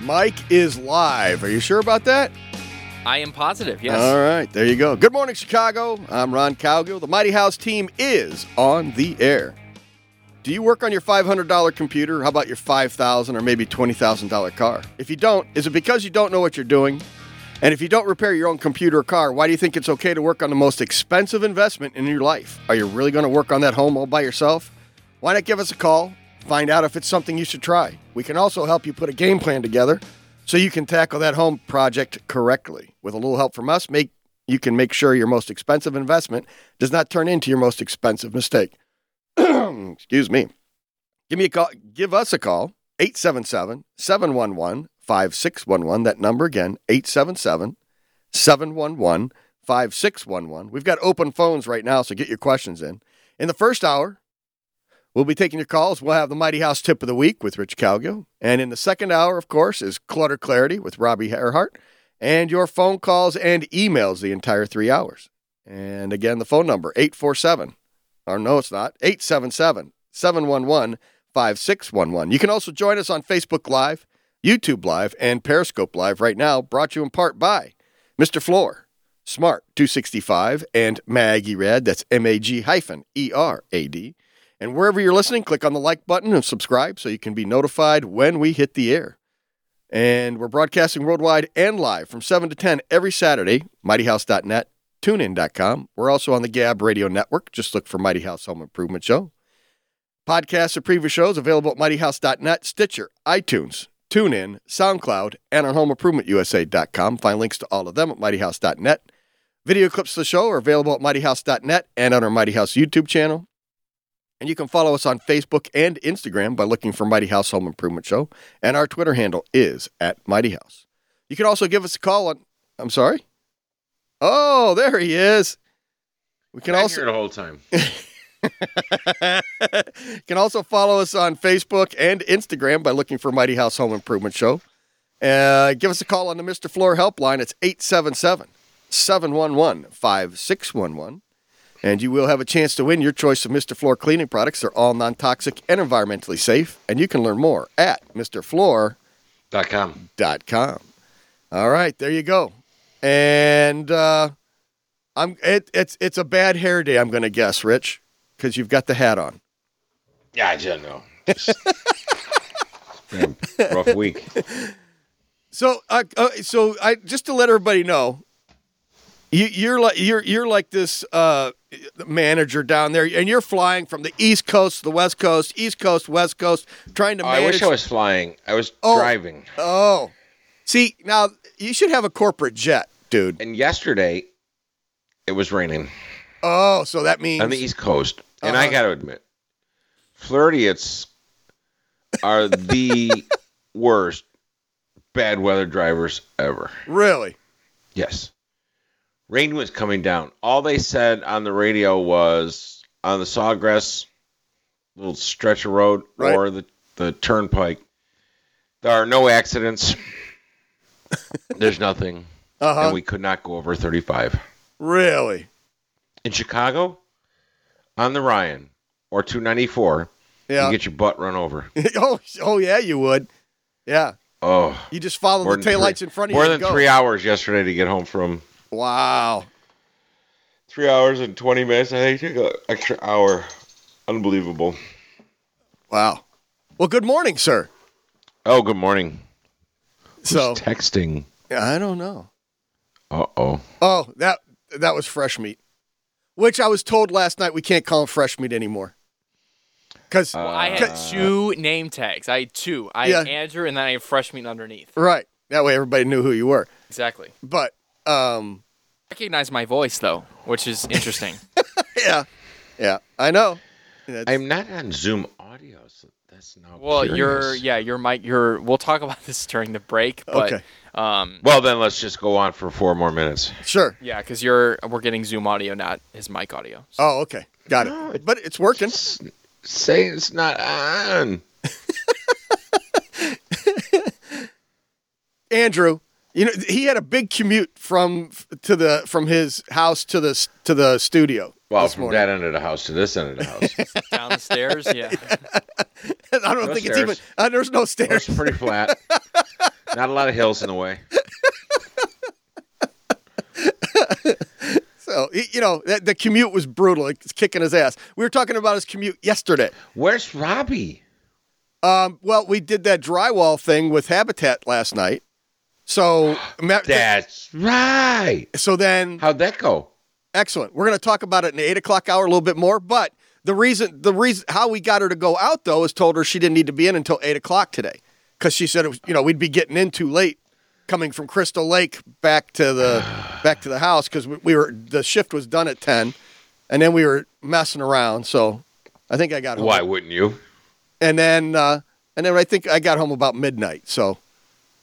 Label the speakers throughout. Speaker 1: Mike is live. Are you sure about that?
Speaker 2: I am positive, yes.
Speaker 1: All right, there you go. Good morning, Chicago. I'm Ron Cowgill. The Mighty House team is on the air. Do you work on your $500 computer? How about your $5,000 or maybe $20,000 car? If you don't, is it because you don't know what you're doing? And if you don't repair your own computer or car, why do you think it's okay to work on the most expensive investment in your life? Are you really going to work on that home all by yourself? Why not give us a call? Find out if it's something you should try. We can also help you put a game plan together so you can tackle that home project correctly. With a little help from us, make you can make sure your most expensive investment does not turn into your most expensive mistake. Excuse me. Give me a call. Give us a call. 877-711-5611. That number again, 877-711-5611. We've got open phones right now, so get your questions in. In the first hour, we'll be taking your calls. We'll have the Mighty House tip of the week with Rich Calgill. And in the second hour, of course, is Clutter Clarity with Robbie Earhart. And your phone calls and emails the entire three hours. And again, the phone number, 847 or no, it's not. 877 711 5611. You can also join us on Facebook Live, YouTube Live, and Periscope Live right now, brought to you in part by Mr. Floor, Smart 265, and Maggie Rad. That's M A G hyphen E R A D. And wherever you're listening, click on the like button and subscribe so you can be notified when we hit the air. And we're broadcasting worldwide and live from 7 to 10 every Saturday, mightyhouse.net, tunein.com. We're also on the Gab Radio Network. Just look for Mighty House Home Improvement Show. Podcasts of previous shows available at mightyhouse.net, Stitcher, iTunes, TuneIn, SoundCloud, and on homeimprovementusa.com. Find links to all of them at mightyhouse.net. Video clips of the show are available at mightyhouse.net and on our Mighty House YouTube channel. And you can follow us on Facebook and Instagram by looking for Mighty House Home Improvement Show. And our Twitter handle is at Mighty House. You can also give us a call on. I'm sorry? Oh, there he is. We can
Speaker 3: I
Speaker 1: also.
Speaker 3: hear it the whole time.
Speaker 1: you can also follow us on Facebook and Instagram by looking for Mighty House Home Improvement Show. Uh, give us a call on the Mr. Floor Helpline. It's 877 711 5611. And you will have a chance to win your choice of Mr. Floor cleaning products. They're all non toxic and environmentally safe. And you can learn more at MrFloor.com.
Speaker 3: Dot com.
Speaker 1: All right, there you go. And uh, I'm it, it's it's a bad hair day. I'm going to guess, Rich, because you've got the hat on.
Speaker 3: Yeah, I don't know. Just- Damn, rough week.
Speaker 1: So, uh, uh, so I just to let everybody know, you, you're like you're you're like this uh, manager down there, and you're flying from the East Coast to the West Coast, East Coast, West Coast, trying to
Speaker 3: Oh,
Speaker 1: manage.
Speaker 3: I wish I was flying. I was
Speaker 1: Oh.
Speaker 3: driving.
Speaker 1: Oh, see now you should have a corporate jet, dude.
Speaker 3: And yesterday, it was raining
Speaker 1: Oh, so that means
Speaker 3: on the East Coast. And I
Speaker 1: Uh-huh.
Speaker 3: got to admit, Floridians are the worst bad weather drivers ever.
Speaker 1: really.
Speaker 3: Yes. Rain was coming down. All they said on the radio was on the Sawgrass little stretch of road
Speaker 1: Right.
Speaker 3: or the, the turnpike, there are no accidents. There's nothing.
Speaker 1: Uh huh.
Speaker 3: And we could not go over 35.
Speaker 1: really.
Speaker 3: In Chicago, on the Ryan or 294,
Speaker 1: Yeah.
Speaker 3: you get your butt run over.
Speaker 1: oh, oh yeah, you would. Yeah.
Speaker 3: Oh,
Speaker 1: You just follow
Speaker 3: more
Speaker 1: the
Speaker 3: than three-
Speaker 1: taillights in front of
Speaker 3: More
Speaker 1: you.
Speaker 3: than
Speaker 1: and go.
Speaker 3: three hours yesterday to get home from
Speaker 1: Wow.
Speaker 3: three hours and 20 minutes. I think it took an extra hour. Unbelievable.
Speaker 1: Wow. Well, good morning, sir.
Speaker 3: Oh, good morning.
Speaker 1: So
Speaker 3: texting.
Speaker 1: I don't know.
Speaker 3: Uh oh.
Speaker 1: Oh, that that was fresh meat, which I was told last night we can't call them fresh meat anymore. Because
Speaker 2: Well, I had two name tags. I had two. I had
Speaker 1: Yeah.
Speaker 2: Andrew and then I had Freshman underneath.
Speaker 1: right that way everybody knew who you were.
Speaker 2: Exactly.
Speaker 1: But um,
Speaker 2: Recognize my voice though, which is interesting.
Speaker 1: yeah, yeah, I know. That's-
Speaker 3: I'm not on Zoom audio. So That's not
Speaker 2: Well, your
Speaker 3: curious.
Speaker 2: yeah, your mic, your. We'll talk about this during the break, but
Speaker 1: Okay.
Speaker 2: um,
Speaker 3: Well, then let's just go on for four more minutes.
Speaker 1: Sure.
Speaker 2: yeah, because you're we're getting Zoom audio, not his mic audio. So-
Speaker 1: Oh, okay. Got
Speaker 3: No,
Speaker 1: it.
Speaker 3: it-
Speaker 1: But it's working.
Speaker 3: S- Say it's not on.
Speaker 1: Andrew, you know, he had a big commute from to the from his house to the to the studio.
Speaker 3: Well,
Speaker 1: this
Speaker 3: from
Speaker 1: morning.
Speaker 3: that end of the house to this end of the house,
Speaker 2: Down the stairs, yeah.
Speaker 1: I don't
Speaker 3: No
Speaker 1: think it's
Speaker 3: stairs.
Speaker 1: even. Uh, there's no
Speaker 3: Well, it's
Speaker 1: stairs.
Speaker 3: pretty flat. Not a lot of hills in the way.
Speaker 1: So y- you know that, the commute was brutal. It's kicking his ass. We were talking about his commute yesterday.
Speaker 3: Where's Robbie?
Speaker 1: Um, well, we did that drywall thing with Habitat last night. So ma-
Speaker 3: That's right.
Speaker 1: so then
Speaker 3: How'd that go?
Speaker 1: Excellent. We're going to talk about it in the eight o'clock hour a little bit more. But the reason, the reason, how we got her to go out though is told her she didn't need to be in until eight o'clock today because she said it was, you know, we'd be getting in too late coming from Crystal Lake back to the back to the house because we, we were the shift was done at ten, and then we were messing around. So I think I got home.
Speaker 3: Why wouldn't you?
Speaker 1: And then uh, and then I think I got home about midnight. So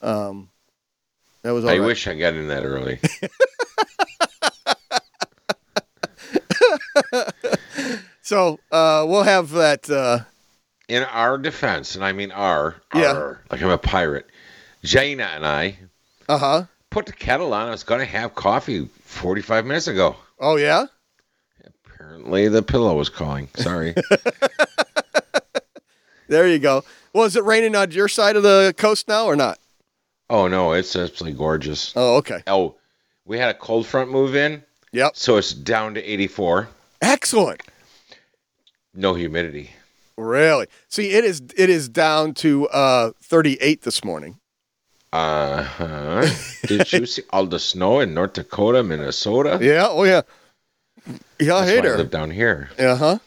Speaker 1: um, that was all
Speaker 3: I
Speaker 1: right.
Speaker 3: wish I got in that early.
Speaker 1: So uh, we'll have that. Uh,
Speaker 3: In our defense, and I mean our,
Speaker 1: Yeah.
Speaker 3: our, like I'm a pirate. Jaina and I
Speaker 1: uh huh.
Speaker 3: put the kettle on. I was going to have coffee 45 minutes ago.
Speaker 1: Oh yeah.
Speaker 3: Apparently, the pillow was calling. Sorry.
Speaker 1: There you go. Well, is it raining on your side of the coast now or not?
Speaker 3: oh no, it's absolutely gorgeous.
Speaker 1: Oh, okay.
Speaker 3: Oh, we had a cold front move in,
Speaker 1: Yep.
Speaker 3: so it's down to 84.
Speaker 1: Excellent.
Speaker 3: No humidity.
Speaker 1: Really? See, it is it is down to uh 38 this morning.
Speaker 3: Uh huh. Did you see all the snow in North Dakota, Minnesota?
Speaker 1: Yeah. Oh yeah. Yeah, I
Speaker 3: That's
Speaker 1: hate
Speaker 3: why I
Speaker 1: her.
Speaker 3: live down here.
Speaker 1: Uh huh.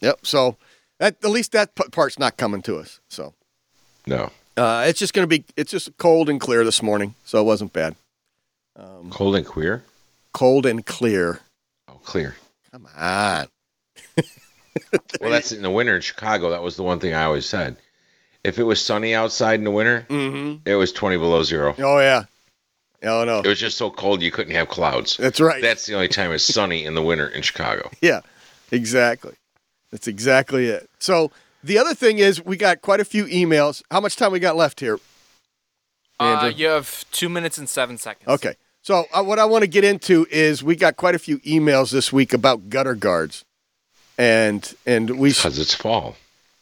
Speaker 1: Yep. So that at least that p- part's not coming to us. So
Speaker 3: No,
Speaker 1: uh, it's just gonna be it's just cold and clear this morning. So it wasn't bad. Um,
Speaker 3: cold and queer.
Speaker 1: cold and clear.
Speaker 3: Oh, clear.
Speaker 1: Come on.
Speaker 3: Well, that's in the winter in Chicago. That was the one thing I always said. If it was sunny outside in the winter,
Speaker 1: Mm-hmm.
Speaker 3: it was 20 below zero.
Speaker 1: Oh yeah. Oh no.
Speaker 3: It was just so cold you couldn't have clouds.
Speaker 1: That's right.
Speaker 3: That's the only time it's sunny in the winter in Chicago.
Speaker 1: Yeah, exactly. That's exactly it. So the other thing is we got quite a few emails. How much time we got left here?
Speaker 2: Uh,
Speaker 1: Andrew?
Speaker 2: you have two minutes and seven seconds.
Speaker 1: Okay. So uh, what I want to get into is we got quite a few emails this week about gutter guards, and and we
Speaker 3: Because it's fall.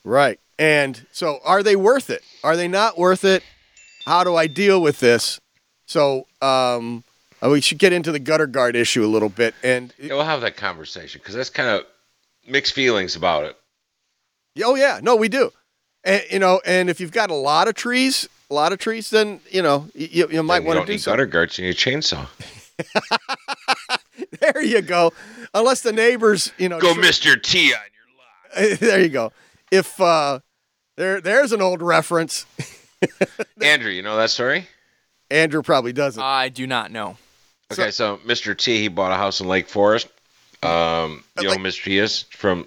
Speaker 1: right and so are they worth it? Are they not worth it? How do I deal with this? So um, uh, we should get into the gutter guard issue a little bit, and
Speaker 3: Yeah, we'll have that conversation because that's kind of mixed feelings about it.
Speaker 1: Oh yeah, no, we do. And, you know, and if you've got a lot of trees, a lot of trees, then you know y- you, you might
Speaker 3: Then you
Speaker 1: want to
Speaker 3: don't
Speaker 1: do
Speaker 3: need
Speaker 1: something.
Speaker 3: gutter guards, you need a chainsaw.
Speaker 1: There you go. Unless the neighbors, you know,
Speaker 3: Go
Speaker 1: tr-
Speaker 3: Mr. T on your lot.
Speaker 1: there you go. If uh, there, there's an old reference.
Speaker 3: Andrew, you know that story?
Speaker 1: Andrew probably
Speaker 3: Uh,
Speaker 1: doesn't.
Speaker 2: I do not know.
Speaker 3: Okay, so, Mr. T, he bought a house in Lake Forest. Um, you know
Speaker 1: Like-
Speaker 3: who Mr. T is from.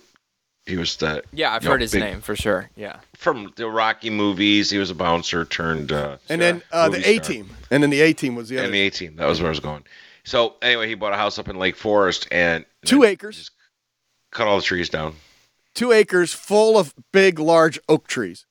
Speaker 3: He was the
Speaker 2: Yeah, I've
Speaker 3: No,
Speaker 2: heard his
Speaker 3: big-
Speaker 2: name for sure. Yeah.
Speaker 3: from the Rocky movies. He was a bouncer turned. Uh,
Speaker 1: and then uh, the
Speaker 3: movie
Speaker 1: A
Speaker 3: star.
Speaker 1: team, and then the A team was the other
Speaker 3: And the A team. That was where I was going. So anyway, he bought a house up in Lake Forest and
Speaker 1: two acres,
Speaker 3: cut all the trees down.
Speaker 1: two acres full of big, large oak trees.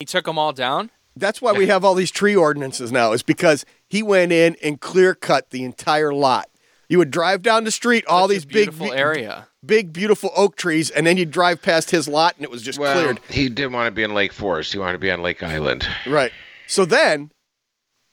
Speaker 2: He took them all down.
Speaker 1: That's why we have all these tree ordinances now, is because he went in and clear cut the entire lot. You would drive down the street, all
Speaker 2: Such a
Speaker 1: these big,
Speaker 2: beautiful
Speaker 1: vi-
Speaker 2: area.
Speaker 1: big, beautiful oak trees, and then you drive past his lot and it was just cleared.
Speaker 3: he didn't want to be in Lake Forest. He wanted to be on Lake Island.
Speaker 1: Right. So then,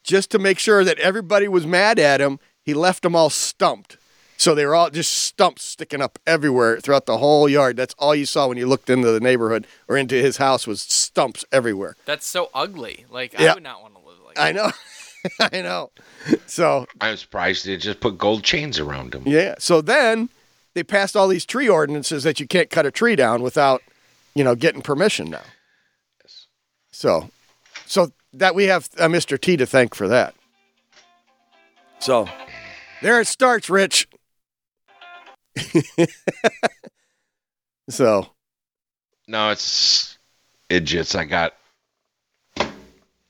Speaker 1: just to make sure that everybody was mad at him, he left them all stumped. So they were all just stumps sticking up everywhere throughout the whole yard. That's all you saw when you looked into the neighborhood or into his house was stumps everywhere.
Speaker 2: That's so ugly. Like
Speaker 1: Yeah.
Speaker 2: I would not want to live like that.
Speaker 1: I know. I know. So
Speaker 3: I'm surprised they just put gold chains around him.
Speaker 1: Yeah. So then they passed all these tree ordinances that you can't cut a tree down without, you know, getting permission now. So, so that we have uh, Mr. T to thank for that. So there it starts, Rich. so
Speaker 3: No, it's idiots. I got.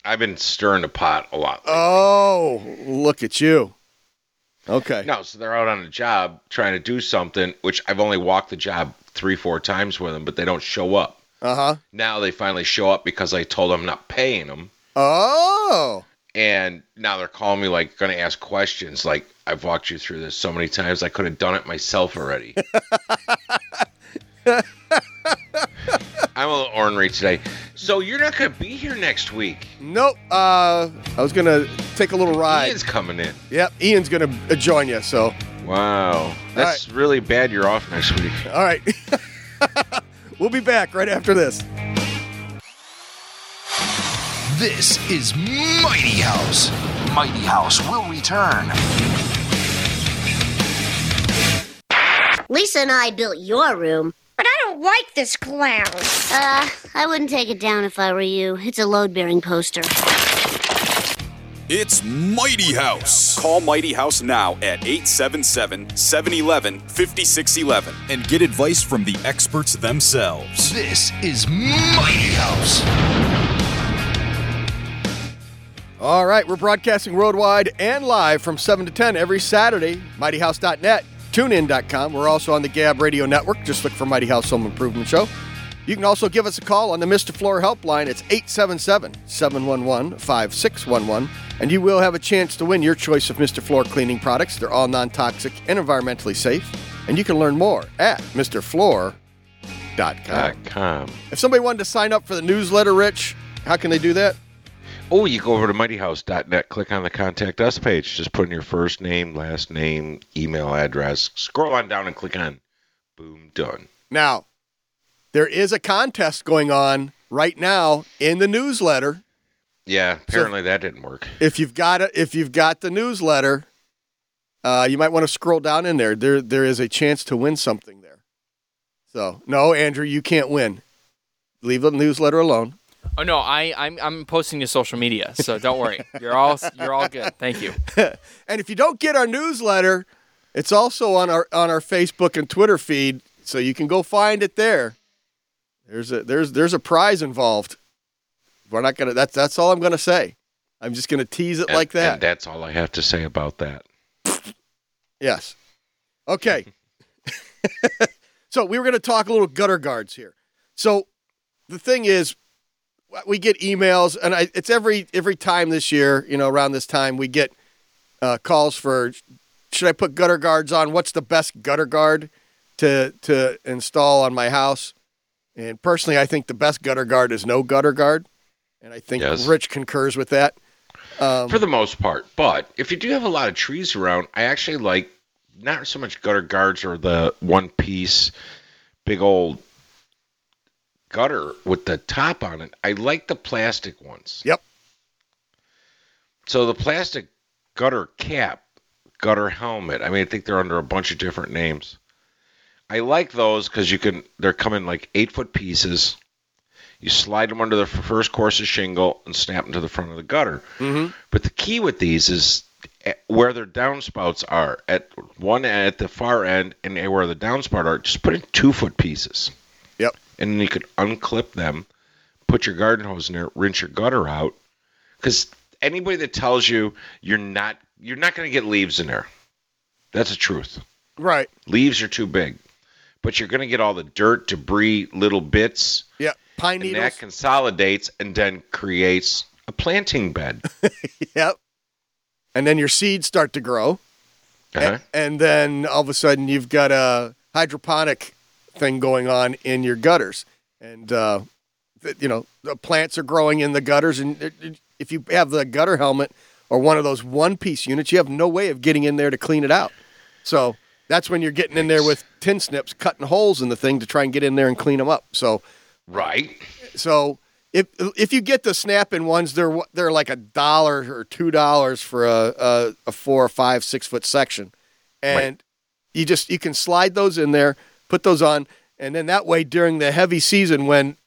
Speaker 3: I've been stirring the pot a lot.
Speaker 1: Oh, look at you. Okay.
Speaker 3: No, so they're out on a job trying to do something, which I've only walked the job three, four times with them, but they don't show up.
Speaker 1: Uh huh.
Speaker 3: Now they finally show up because I told them I'm not paying them.
Speaker 1: Oh.
Speaker 3: And now they're calling me, like, going to ask questions. Like, I've walked you through this so many times, I could have done it myself already. I'm a little ornery today. So you're not going to be here next week.
Speaker 1: Nope. Uh, I was gonna take a little ride.
Speaker 3: Ian's coming in.
Speaker 1: Yep. Ian's gonna uh, join you. So,
Speaker 3: Wow. That's really bad you're off next week.
Speaker 1: all right. we'll be back right after this.
Speaker 4: This is Mighty House. Mighty House will return.
Speaker 5: Lisa and I built your room.
Speaker 6: But I don't like this clown.
Speaker 5: Uh, I wouldn't take it down if I were you. It's a load bearing poster.
Speaker 7: It's Mighty House. Call Mighty House now at 877 711 5611 and get advice from the experts themselves.
Speaker 4: This is Mighty House.
Speaker 1: All right, we're broadcasting worldwide and live from 7 to 10 every Saturday. MightyHouse.net, tunein.com. We're also on the Gab Radio Network. Just look for Mighty House Home Improvement Show. You can also give us a call on the Mr. Floor Helpline. It's 877 711 5611. And you will have a chance to win your choice of Mr. Floor cleaning products. They're all non toxic and environmentally safe. And you can learn more at MrFloor.com.
Speaker 3: Dot com.
Speaker 1: If somebody wanted to sign up for the newsletter, Rich, how can they do that?
Speaker 3: Oh, you go over to mightyhouse.net, click on the contact us page. Just put in your first name, last name, email address. Scroll on down and click on boom, done.
Speaker 1: Now, there is a contest going on right now in the newsletter.
Speaker 3: Yeah, apparently that didn't work.
Speaker 1: If you've got it, if you've got the newsletter, uh, you might want to scroll down in there. There, there is a chance to win something there. So, no, Andrew, you can't win. Leave the newsletter alone.
Speaker 2: Oh no, I I'm I'm posting to social media, so don't worry. You're all you're all good. Thank you.
Speaker 1: And if you don't get our newsletter, it's also on our on our Facebook and Twitter feed, so you can go find it there. There's a there's there's a prize involved. We're not gonna. That's that's all I'm gonna say. I'm just gonna tease it
Speaker 3: And-
Speaker 1: like that.
Speaker 3: And that's all I have to say about that.
Speaker 1: Yes. Okay. so we were going to talk a little gutter guards here. So the thing is, we get emails, and I, it's every every time this year, you know, around this time, we get uh, calls for should I put gutter guards on? What's the best gutter guard to to install on my house? And personally, I think the best gutter guard is no gutter guard, and I think
Speaker 3: Yes.
Speaker 1: Rich concurs with that. Um,
Speaker 3: For the most part. But if you do have a lot of trees around, I actually like not so much gutter guards or the one piece big old gutter with the top on it. I like the plastic ones.
Speaker 1: Yep.
Speaker 3: So the plastic gutter cap, gutter helmet. I mean, I think they're under a bunch of different names. I like those because you can. They're coming like eight foot pieces. You slide them under the f- first course of shingle and snap them to the front of the gutter. Mm-hmm. But the key with these is at- where their downspouts are at one at the far end and where the downspout are. Just put in two foot pieces
Speaker 1: Yep.
Speaker 3: and then you could unclip them, put your garden hose in there, rinse your gutter out. Because anybody that tells you you're not you're not going to get leaves in there, that's the truth.
Speaker 1: Right.
Speaker 3: Leaves are too big, but you're going to get all the dirt, debris, little bits,
Speaker 1: Yep. Pine
Speaker 3: and
Speaker 1: needles.
Speaker 3: that consolidates and then creates a planting bed.
Speaker 1: Yep. And then your seeds start to grow. A-
Speaker 3: Uh-huh.
Speaker 1: And then all of a sudden you've got a hydroponic thing going on in your gutters. And, uh, th- you know, the plants are growing in the gutters. And it- it- if you have the gutter helmet or one of those one piece units, you have no way of getting in there to clean it out. So that's when you're getting in there with tin snips, cutting holes in the thing to try and get in there and clean them up. So,
Speaker 3: Right?
Speaker 1: so if if you get the snap in ones, they're wh- they're like a dollar or two dollars for a, a a four or five six foot section, and you just you can slide those in there, put those on, and then that way during the heavy season when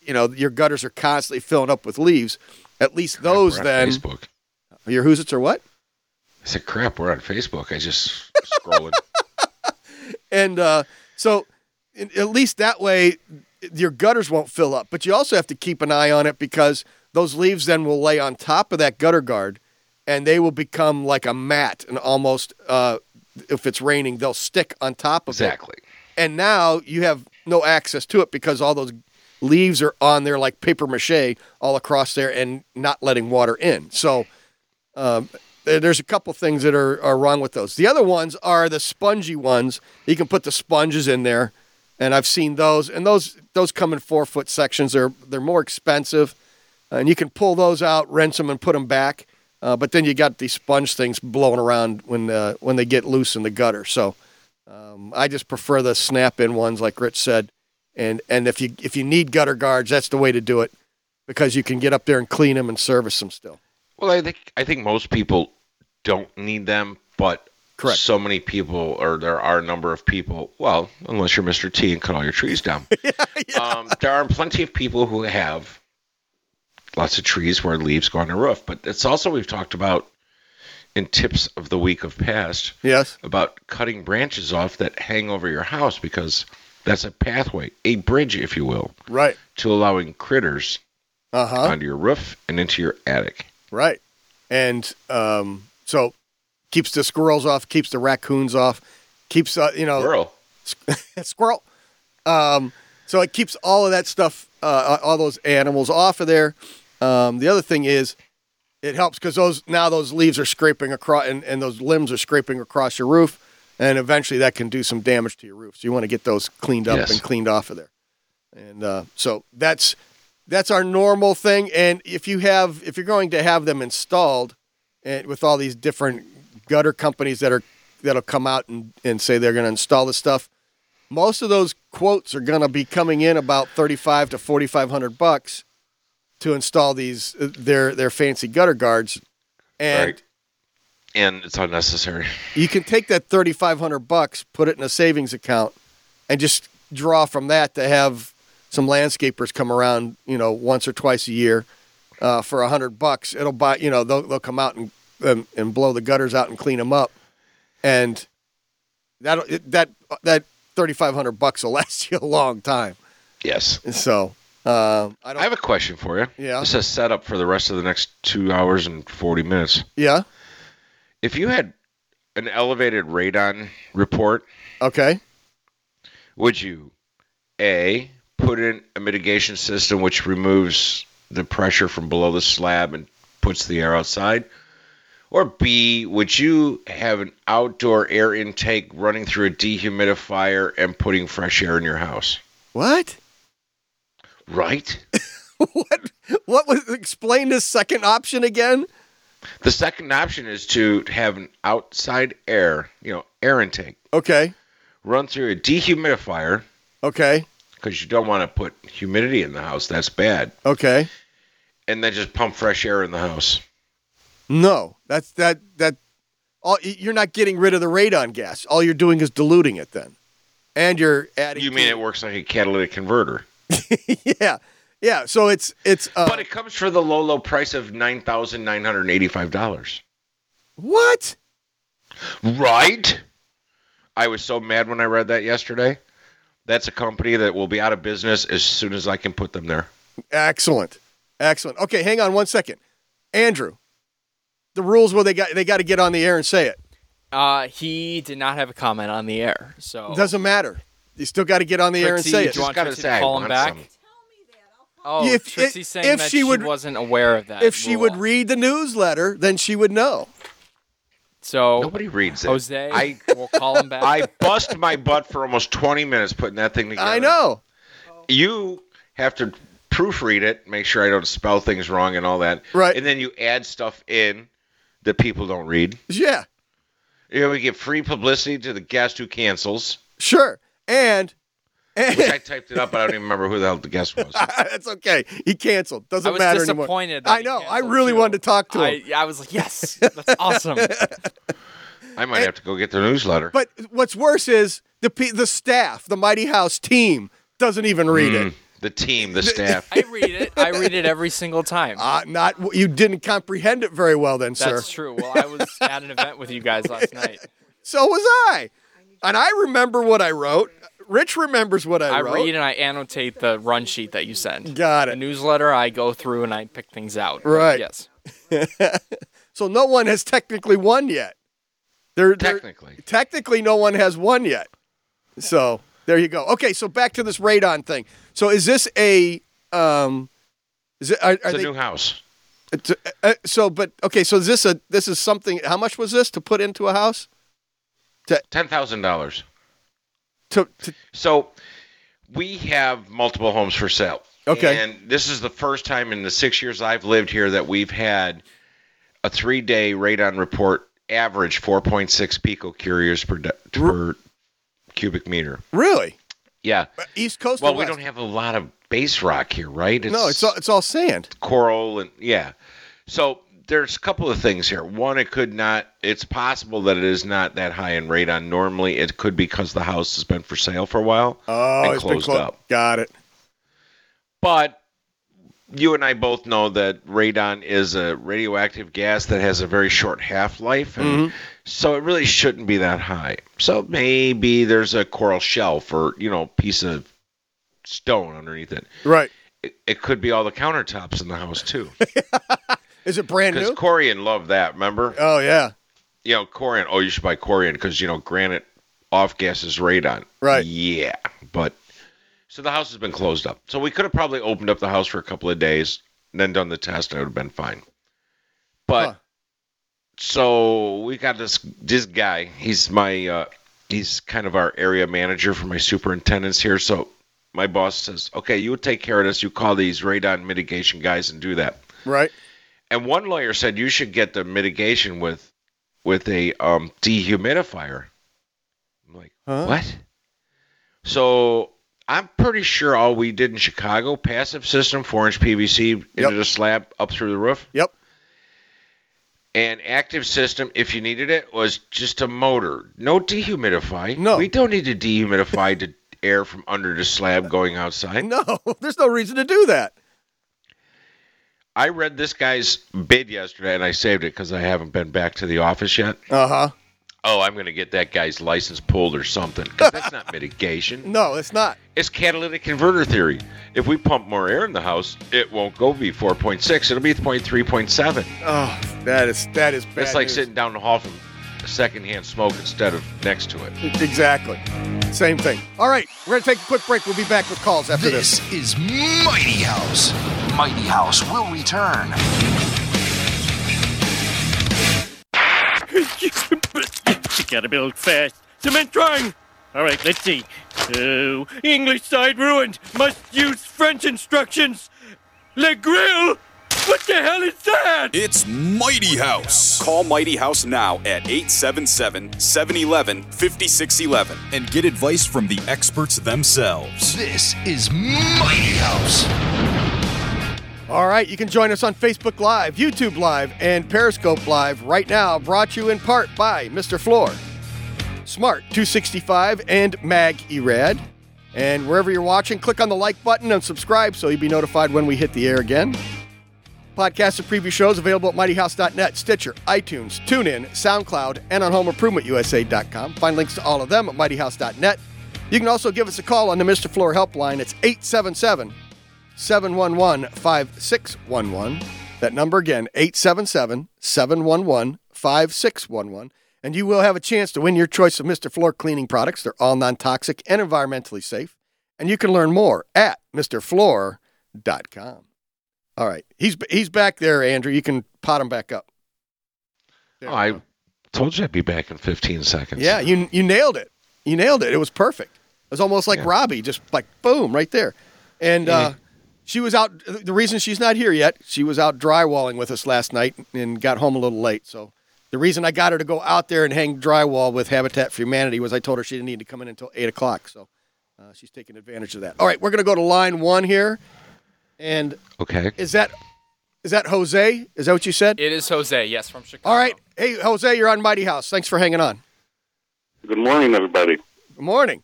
Speaker 1: you know your gutters are constantly filling up with leaves, at least those
Speaker 3: We're on
Speaker 1: then
Speaker 3: Facebook.
Speaker 1: your hoosits are what
Speaker 3: I said, "Crap, we're on Facebook." I just scrolling.
Speaker 1: and uh, so in, at least that way your gutters won't fill up. But you also have to keep an eye on it because those leaves then will lay on top of that gutter guard, and they will become like a mat and almost. Uh, if it's raining, they'll stick on top of it
Speaker 3: Exactly.
Speaker 1: and now you have no access to it because all those leaves are on there like paper mache all across there and not letting water in. So um, there- there's a couple things that are, are wrong with those. The other ones are the spongy ones. You can put the sponges in there, and I've seen those. And those those come in four foot sections. They're they're more expensive, and you can pull those out, rinse them, and put them back. Uh, but then you got these sponge things blowing around when uh, when they get loose in the gutter. So I just prefer the snap-in ones, like Rich said. And and if you if you need gutter guards, that's the way to do it because you can get up there and clean them and service them still.
Speaker 3: Well, I think I think most people don't need them, but
Speaker 1: Correct.
Speaker 3: so many people, or there are a number of people. Well, unless you're Mr. T and cut all your trees down, Um, there are plenty of people who have lots of trees where leaves go on their roof. But it's also we've talked about in tips of the week of past
Speaker 1: Yes.
Speaker 3: about cutting branches off that hang over your house because that's a pathway, a bridge, if you will,
Speaker 1: Right.
Speaker 3: to allowing critters
Speaker 1: Uh huh.
Speaker 3: onto your roof and into your attic.
Speaker 1: Right. And um, so keeps the squirrels off, keeps the raccoons off, keeps uh, you know
Speaker 3: Squirrel.
Speaker 1: squirrel. Um, so it keeps all of that stuff, uh, all those animals off of there. Um, the other thing is, it helps because those now those leaves are scraping across, and, and those limbs are scraping across your roof, and eventually that can do some damage to your roof. So you want to get those cleaned up
Speaker 3: Yes.
Speaker 1: and cleaned off of there. And uh, so that's that's our normal thing. And if you have, if you're going to have them installed, and with all these different gutter companies that are that'll come out and, and say they're going to install this stuff, most of those quotes are going to be coming in about 35 to 4500 bucks to install these uh, their their fancy gutter guards and
Speaker 3: Right. And it's unnecessary.
Speaker 1: you can take that 3500 bucks put it in a savings account and just draw from that to have some landscapers come around you know once or twice a year uh, for 100 bucks it'll buy you know they'll, they'll come out and, and and blow the gutters out and clean them up and that that that 3500 bucks will last you a long time
Speaker 3: Yes.
Speaker 1: And so uh, i don't
Speaker 3: I have a question for you.
Speaker 1: Yeah.
Speaker 3: This is setup for the rest of the next two hours and 40 minutes.
Speaker 1: yeah
Speaker 3: If you had an elevated radon report,
Speaker 1: okay
Speaker 3: would you A, put in a mitigation system which removes the pressure from below the slab and puts the air outside? Or B, would you have an outdoor air intake running through a dehumidifier and putting fresh air in your house?
Speaker 1: what
Speaker 3: Right?
Speaker 1: what what was explain this second option again
Speaker 3: The second option is to have an outside air, you know, air intake.
Speaker 1: okay
Speaker 3: run through a dehumidifier
Speaker 1: okay
Speaker 3: because you don't want to put humidity in the house. That's bad.
Speaker 1: okay
Speaker 3: And then just pump fresh air in the house.
Speaker 1: No, that's that that. All you're not getting rid of the radon gas. All you're doing is diluting it then, and you're adding.
Speaker 3: You mean it works like a catalytic converter?
Speaker 1: yeah, yeah. So it's it's. Uh,
Speaker 3: But it comes for the low, low price of nine thousand nine hundred eighty-five dollars.
Speaker 1: what?
Speaker 3: Right? I was so mad when I read that yesterday. That's a company that will be out of business as soon as I can put them there.
Speaker 1: Excellent, excellent. Okay, hang on one second, Andrew. The rules where they got they got to get on the air and say it.
Speaker 2: Uh, he did not have a comment on the air,
Speaker 3: Oh.
Speaker 2: so
Speaker 1: Doesn't matter. You still got to get on the air and
Speaker 2: Trixie,
Speaker 1: say
Speaker 2: do
Speaker 1: it.
Speaker 2: you want
Speaker 3: Just gotta
Speaker 2: Trixie
Speaker 3: say
Speaker 2: to
Speaker 3: I
Speaker 2: call him
Speaker 3: want
Speaker 2: back?
Speaker 3: some.
Speaker 2: Oh,
Speaker 1: If- if-
Speaker 2: Trixie's saying
Speaker 1: if
Speaker 2: that
Speaker 1: she
Speaker 2: she,
Speaker 1: would-
Speaker 2: wasn't aware of that.
Speaker 1: if she would
Speaker 2: rule.
Speaker 1: read the newsletter, then she would know.
Speaker 2: so
Speaker 3: Nobody reads it.
Speaker 2: Jose,
Speaker 3: I
Speaker 2: will call him back.
Speaker 3: I bust my butt for almost twenty minutes putting that thing together.
Speaker 1: I know.
Speaker 3: you have to proofread it, make sure I don't spell things wrong and all that.
Speaker 1: Right.
Speaker 3: And then you add stuff in that people don't read.
Speaker 1: Yeah.
Speaker 3: You know, we give free publicity to the guest who cancels.
Speaker 1: Sure. And. and
Speaker 3: Which I typed it up, but I don't even remember who the hell the guest was.
Speaker 1: That's okay. He canceled. Doesn't
Speaker 2: I was
Speaker 1: matter anymore.
Speaker 2: disappointed. that
Speaker 1: I
Speaker 2: he
Speaker 1: know. I
Speaker 2: canceled,
Speaker 1: really
Speaker 2: too.
Speaker 1: wanted to talk to him.
Speaker 2: I, I was like, yes, that's awesome.
Speaker 3: I might have to go get their newsletter.
Speaker 1: But what's worse is the pe- the staff, the Mighty House team, doesn't even read
Speaker 2: Mm.
Speaker 1: it.
Speaker 3: The team, the staff.
Speaker 2: I read it. I read it every single time.
Speaker 1: Uh, not you didn't comprehend it very well, then,
Speaker 2: that's
Speaker 1: sir.
Speaker 2: true. Well, I was at an event with you guys last night.
Speaker 1: So was I, and I remember what I wrote. Rich remembers what I,
Speaker 2: I
Speaker 1: wrote.
Speaker 2: read and I annotate the run sheet that you send.
Speaker 1: Got
Speaker 2: The
Speaker 1: it.
Speaker 2: newsletter, I go through and I pick things out.
Speaker 1: Right.
Speaker 2: Yes.
Speaker 1: So no one has technically won yet. There, there-
Speaker 3: Technically.
Speaker 1: technically, no one has won yet. So there you go. Okay, so back to this radon thing. So is this a? Um, is it? Are, are
Speaker 3: It's a
Speaker 1: they?
Speaker 3: new house.
Speaker 1: it's a- uh, so, but okay. So is this a? This is something. How much was this to put into a house?
Speaker 3: Ten thousand dollars.
Speaker 1: To, to
Speaker 3: So we have multiple homes for sale.
Speaker 1: Okay.
Speaker 3: And this is the first time in the six years I've lived here that we've had a three day radon report average 4.6 picocuries per, de- per cubic meter.
Speaker 1: really? Uh,
Speaker 3: Yeah.
Speaker 1: East Coast.
Speaker 3: Well,
Speaker 1: or
Speaker 3: we
Speaker 1: West?
Speaker 3: don't have a lot of base rock here, right?
Speaker 1: no, it's all, it's all sand.
Speaker 3: coral and yeah. So there's a couple of things here. One, it could not. It's possible that it is not that high in radon. Normally, it could because the house has been for sale for a while
Speaker 1: Oh,
Speaker 3: and
Speaker 1: it's
Speaker 3: closed
Speaker 1: been clo-
Speaker 3: up.
Speaker 1: Got it.
Speaker 3: But you and I both know that radon is a radioactive gas that has a very short half life, and so it really shouldn't be that high. So maybe there's a coral shelf or you know piece of stone underneath it.
Speaker 1: Right.
Speaker 3: It, it could be all the countertops in the house too,
Speaker 1: Is it brand
Speaker 3: because
Speaker 1: new?
Speaker 3: Corian loved that. Remember?
Speaker 1: oh yeah.
Speaker 3: you know, corian. Oh, you should buy corian because you know granite off gases radon.
Speaker 1: Right.
Speaker 3: Yeah, but so the house has been closed up. So we could have probably opened up the house for a couple of days, then done the test, and it would have been fine. But
Speaker 1: Huh.
Speaker 3: so we got this this guy. He's my uh, he's kind of our area manager for my superintendents here. So my boss says, okay, you take care of this. You call these radon mitigation guys and do that.
Speaker 1: Right.
Speaker 3: And one lawyer said you should get the mitigation with with a um, dehumidifier. I'm like,
Speaker 1: Huh?
Speaker 3: what? So I'm pretty sure all we did in Chicago, passive system, four inch PVC
Speaker 1: Yep.
Speaker 3: into the slab up through the roof.
Speaker 1: Yep.
Speaker 3: And active system, if you needed it, was just a motor. No dehumidify.
Speaker 1: No.
Speaker 3: We don't need to dehumidify the air from under the slab going outside.
Speaker 1: No, there's no reason to do that.
Speaker 3: I read this guy's bid yesterday and I saved it because I haven't been back to the office yet.
Speaker 1: Uh huh.
Speaker 3: oh, I'm going to get that guy's license pulled or something. Because that's not mitigation.
Speaker 1: No, it's not.
Speaker 3: It's catalytic converter theory. If we pump more air in the house, it won't go be 4.6. It'll be 0.3, 0.7.
Speaker 1: Oh, that is that is bad.
Speaker 3: It's like
Speaker 1: news.
Speaker 3: sitting down the hall from secondhand smoke instead of next to it.
Speaker 1: exactly same thing. All right, we're gonna take a quick break. We'll be back with calls after this.
Speaker 4: This is Mighty House. Mighty House will return.
Speaker 8: you gotta build fast. Cement drawing! Alright, let's see. Oh, English side ruined. Must use French instructions. Le grill! What the hell is that?
Speaker 7: It's Mighty House. Call Mighty House now at 877 711 5611 and get advice from the experts themselves.
Speaker 4: This is Mighty House.
Speaker 1: All right, you can join us on Facebook Live, YouTube Live, and Periscope Live right now. Brought to you in part by Mr. Floor, Smart 265, and Mag Erad. And wherever you're watching, click on the like button and subscribe so you'll be notified when we hit the air again. Podcasts and preview shows available at mightyhouse.net, Stitcher, iTunes, TuneIn, SoundCloud, and on homeimprovementusa.com. Find links to all of them at mightyhouse.net. You can also give us a call on the Mr. Floor helpline. It's 877 711 5611. That number again, 877 711 5611. And you will have a chance to win your choice of Mr. Floor cleaning products. They're all non toxic and environmentally safe. And you can learn more at MrFloor.com. All right. He's he's back there, Andrew. You can pot him back up. There
Speaker 3: Oh,
Speaker 1: we
Speaker 3: I
Speaker 1: go.
Speaker 3: told you I'd be back in 15 seconds.
Speaker 1: Yeah, you you nailed it. You nailed it. It was perfect. It was almost like
Speaker 3: Yeah.
Speaker 1: Robbie, just like boom, right there. And uh, she was out. The reason she's not here yet, she was out drywalling with us last night and got home a little late. So the reason I got her to go out there and hang drywall with Habitat for Humanity was I told her she didn't need to come in until eight o'clock. So uh, she's taking advantage of that. All right, we're gonna go to line one here. And
Speaker 3: Okay.
Speaker 1: is that is that Jose? Is that what you said?
Speaker 2: It is Jose, yes, from Chicago.
Speaker 1: All right. Hey, Jose, you're on Mighty House. Thanks for hanging on.
Speaker 9: Good morning, everybody.
Speaker 1: Good morning.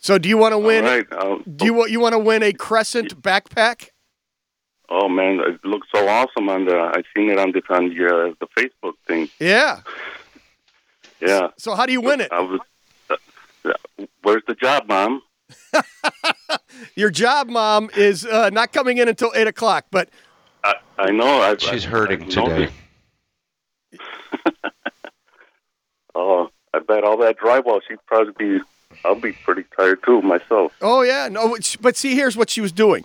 Speaker 1: So, do you want to win?
Speaker 9: All right. I'll-
Speaker 1: Do you want you want to win a Crescent backpack?
Speaker 9: oh man, it looks so awesome on the. I seen it on the on your, uh, the Facebook thing.
Speaker 1: Yeah.
Speaker 9: Yeah. Uh,
Speaker 1: So, how do you win it?
Speaker 9: I was.
Speaker 10: Where's the job, Mom?
Speaker 1: Your job, mom, is uh, not coming in until eight o'clock. But
Speaker 10: I, I know. I've,
Speaker 3: She's
Speaker 10: I've-
Speaker 3: hurting
Speaker 10: I've known
Speaker 3: today.
Speaker 10: it. Oh, I bet all that drywall, she'd probably be, I'll be pretty tired too myself.
Speaker 1: oh yeah, no. it's- But see, here's what she was doing.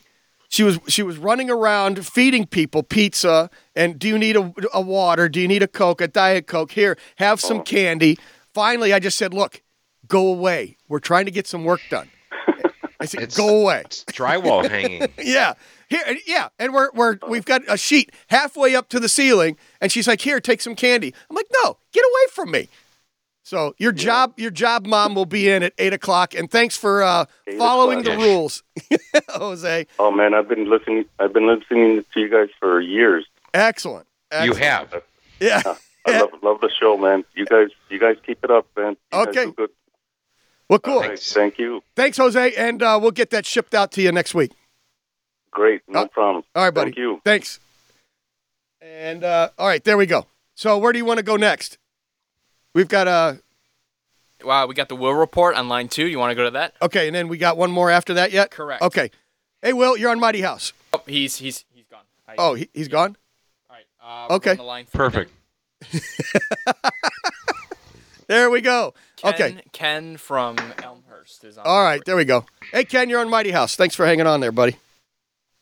Speaker 1: She was she was running around feeding people pizza and do you need a, a water? Do you need a coke? A diet coke? Here, have
Speaker 9: Oh.
Speaker 1: some candy. Finally, I just said, look, go away. We're trying to get some work done. I said,
Speaker 3: It's-
Speaker 1: go away.
Speaker 3: It's drywall hanging.
Speaker 1: Yeah. Here, and- yeah, and we're, we're we've got a sheet halfway up to the ceiling, and she's like, "Here, take some candy." I'm like, "No, get away from me." So your job, your job, mom will be in at eight o'clock, and thanks for uh,
Speaker 10: Eight
Speaker 1: following the
Speaker 3: o'clock.
Speaker 1: rules, Jose.
Speaker 10: Oh man, I've been listening. I've been listening to you guys for years.
Speaker 1: Excellent.
Speaker 3: You
Speaker 1: Excellent.
Speaker 3: have.
Speaker 1: yeah.
Speaker 10: Uh, I love, love the show, man. You guys, you guys keep it up, man. You guys
Speaker 1: Okay.
Speaker 10: do good.
Speaker 1: Well, cool.
Speaker 10: All right,
Speaker 1: Thanks,
Speaker 10: thank you.
Speaker 1: Jose, and uh, we'll get that shipped out to you next week.
Speaker 10: Great, no
Speaker 1: Oh,
Speaker 10: problem.
Speaker 1: All right, buddy.
Speaker 10: Thank you.
Speaker 1: Thanks. And uh, all right, there we go. So where do you want to go next? We've got uh,
Speaker 2: Wow, we got the Will report on line two. You want to go to that?
Speaker 1: Okay, and then we got one more after that yet?
Speaker 2: Correct.
Speaker 1: Okay. Hey, Will, you're on Mighty House.
Speaker 2: Oh, he's he's he's gone. I,
Speaker 1: Oh, he, he's gone?
Speaker 2: all right. Uh, we're
Speaker 1: okay.
Speaker 2: on the line for
Speaker 3: Perfect.
Speaker 1: There we go.
Speaker 2: Ken,
Speaker 1: okay.
Speaker 2: Ken from Elmhurst is on.
Speaker 1: All right, there we go. Hey, Ken, you're on Mighty House. Thanks for hanging on there, buddy.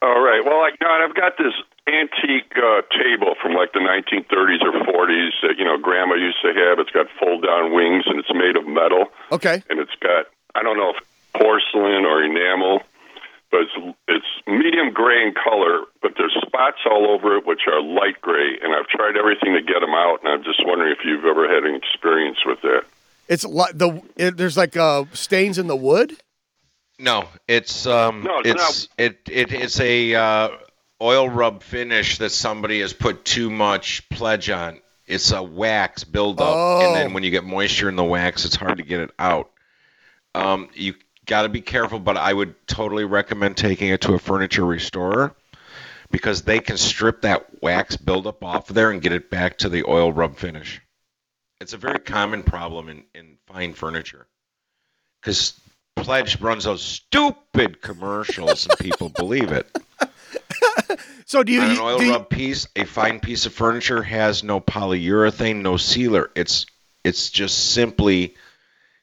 Speaker 11: All right. Well, like God, I've got this antique uh, table from like the 1930s or 40s that you know Grandma used to have. It's got fold-down wings and it's made of metal,
Speaker 1: Okay.
Speaker 11: and it's got I don't know if porcelain or enamel, but it's it's medium gray in color, but there's spots all over it which are light gray, and I've tried everything to get them out, and I'm just wondering if you've ever had any experience with that.
Speaker 1: It's li- the it, there's like uh, stains in the wood.
Speaker 3: No, it's um,
Speaker 11: No, it's
Speaker 3: it's it, it it's a uh, oil rub finish that somebody has put too much pledge on. It's a wax buildup,
Speaker 1: Oh.
Speaker 3: and then when you get moisture in the wax, it's hard to get it out. Um, you got to be careful, but I would totally recommend taking it to a furniture restorer because they can strip that wax buildup off of there and get it back to the oil rub finish. It's a very common problem in, in fine furniture because Pledge runs those stupid commercials and people believe it.
Speaker 1: So do you,
Speaker 3: On an
Speaker 1: you-
Speaker 3: oil
Speaker 1: do you-
Speaker 3: rub piece, a fine piece of furniture has no polyurethane, no sealer. It's it's just simply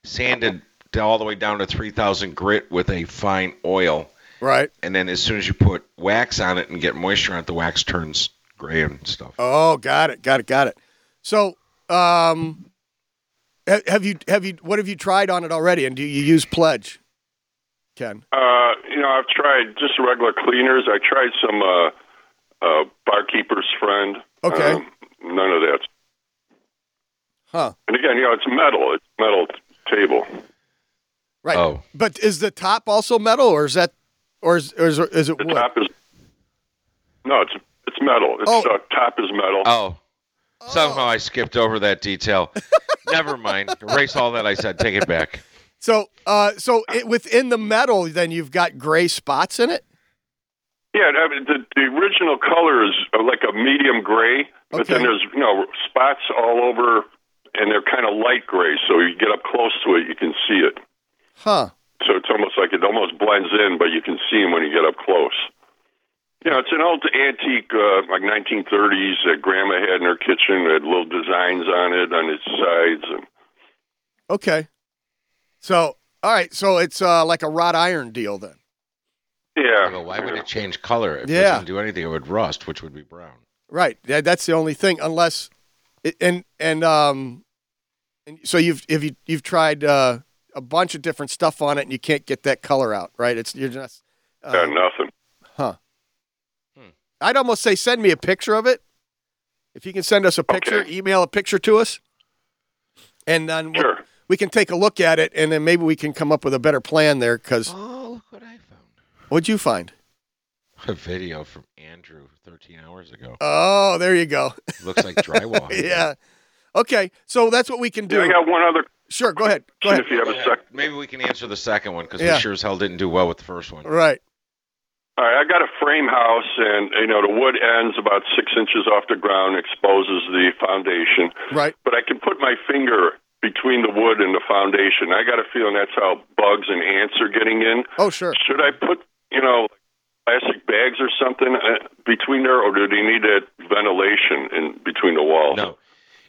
Speaker 3: sanded d- all the way down to 3000 grit with a fine oil.
Speaker 1: right?
Speaker 3: And then as soon as you put wax on it and get moisture on it, the wax turns gray and stuff.
Speaker 1: Oh, got it, got it, got it. So, um, ha- have you have you what have you tried on it already? And do you use Pledge, Ken?
Speaker 11: Uh, you know, I've tried just regular cleaners. I tried some uh, uh, barkeeper's friend.
Speaker 1: Okay.
Speaker 11: Um, none of that.
Speaker 1: Huh?
Speaker 11: And again, you know, it's metal. It's metal table.
Speaker 1: Right.
Speaker 3: Oh.
Speaker 1: But is the top also metal, or is that, or is or is, is it
Speaker 11: The
Speaker 1: wood?
Speaker 11: top is no, it's it's metal. It's
Speaker 1: Oh.
Speaker 11: uh, top is metal.
Speaker 3: Oh. Somehow I skipped over that detail. Never mind. Erase all that I said. Take it back.
Speaker 1: So, uh, so it, within the metal, then you've got gray spots in it.
Speaker 11: Yeah, I mean, the, the original color is uh, like a medium gray, but
Speaker 1: Okay.
Speaker 11: then there's you know spots all over, and they're kind of light gray. So you get up close to it, you can see it.
Speaker 1: Huh.
Speaker 11: So it's almost like it almost blends in, but you can see them when you get up close. You know, it's an old antique, uh, like 1930s that Grandma had in her kitchen. It had little designs on it, on its sides. And,
Speaker 1: Okay. So, all right. So it's uh, like a wrought iron deal then.
Speaker 11: yeah.
Speaker 3: Well, why would it change color? If
Speaker 1: Yeah.
Speaker 3: it doesn't do anything, it would rust, which would be brown.
Speaker 1: Right. Yeah, that's the only thing, unless, it, and and um, and so you've if you you've tried uh, a bunch of different stuff on it, and you can't get that color out. Right. It's you're just. Uh,
Speaker 11: Yeah, nothing.
Speaker 1: I'd almost say send me a picture of it. If you can send us a picture,
Speaker 11: Okay.
Speaker 1: email a picture to us, and then we'll-
Speaker 11: Sure.
Speaker 1: we can take a look at it, and then maybe we can come up with a better plan there. Because
Speaker 3: Oh, look what I found.
Speaker 1: what'd you find?
Speaker 3: A video from Andrew 13 hours ago.
Speaker 1: Oh, there you go.
Speaker 3: Looks like drywall.
Speaker 1: yeah. Okay, so that's what we can do.
Speaker 11: Yeah, I got one other
Speaker 1: Sure, go ahead. Go ahead.
Speaker 11: question if you have a
Speaker 3: Yeah,
Speaker 11: sec.
Speaker 3: Maybe we can answer the second one because
Speaker 1: Yeah.
Speaker 3: we sure as hell didn't do well with the first one.
Speaker 1: Right.
Speaker 11: All right, I got a frame house, and you know the wood ends about six inches off the ground, exposes the foundation.
Speaker 1: Right.
Speaker 11: But I can put my finger
Speaker 12: between the wood and the foundation. I got a feeling that's how bugs and ants are getting in.
Speaker 1: Oh, sure.
Speaker 12: Should I put, you know, plastic bags or something uh, between there, or do they need that ventilation in between the walls?
Speaker 3: No,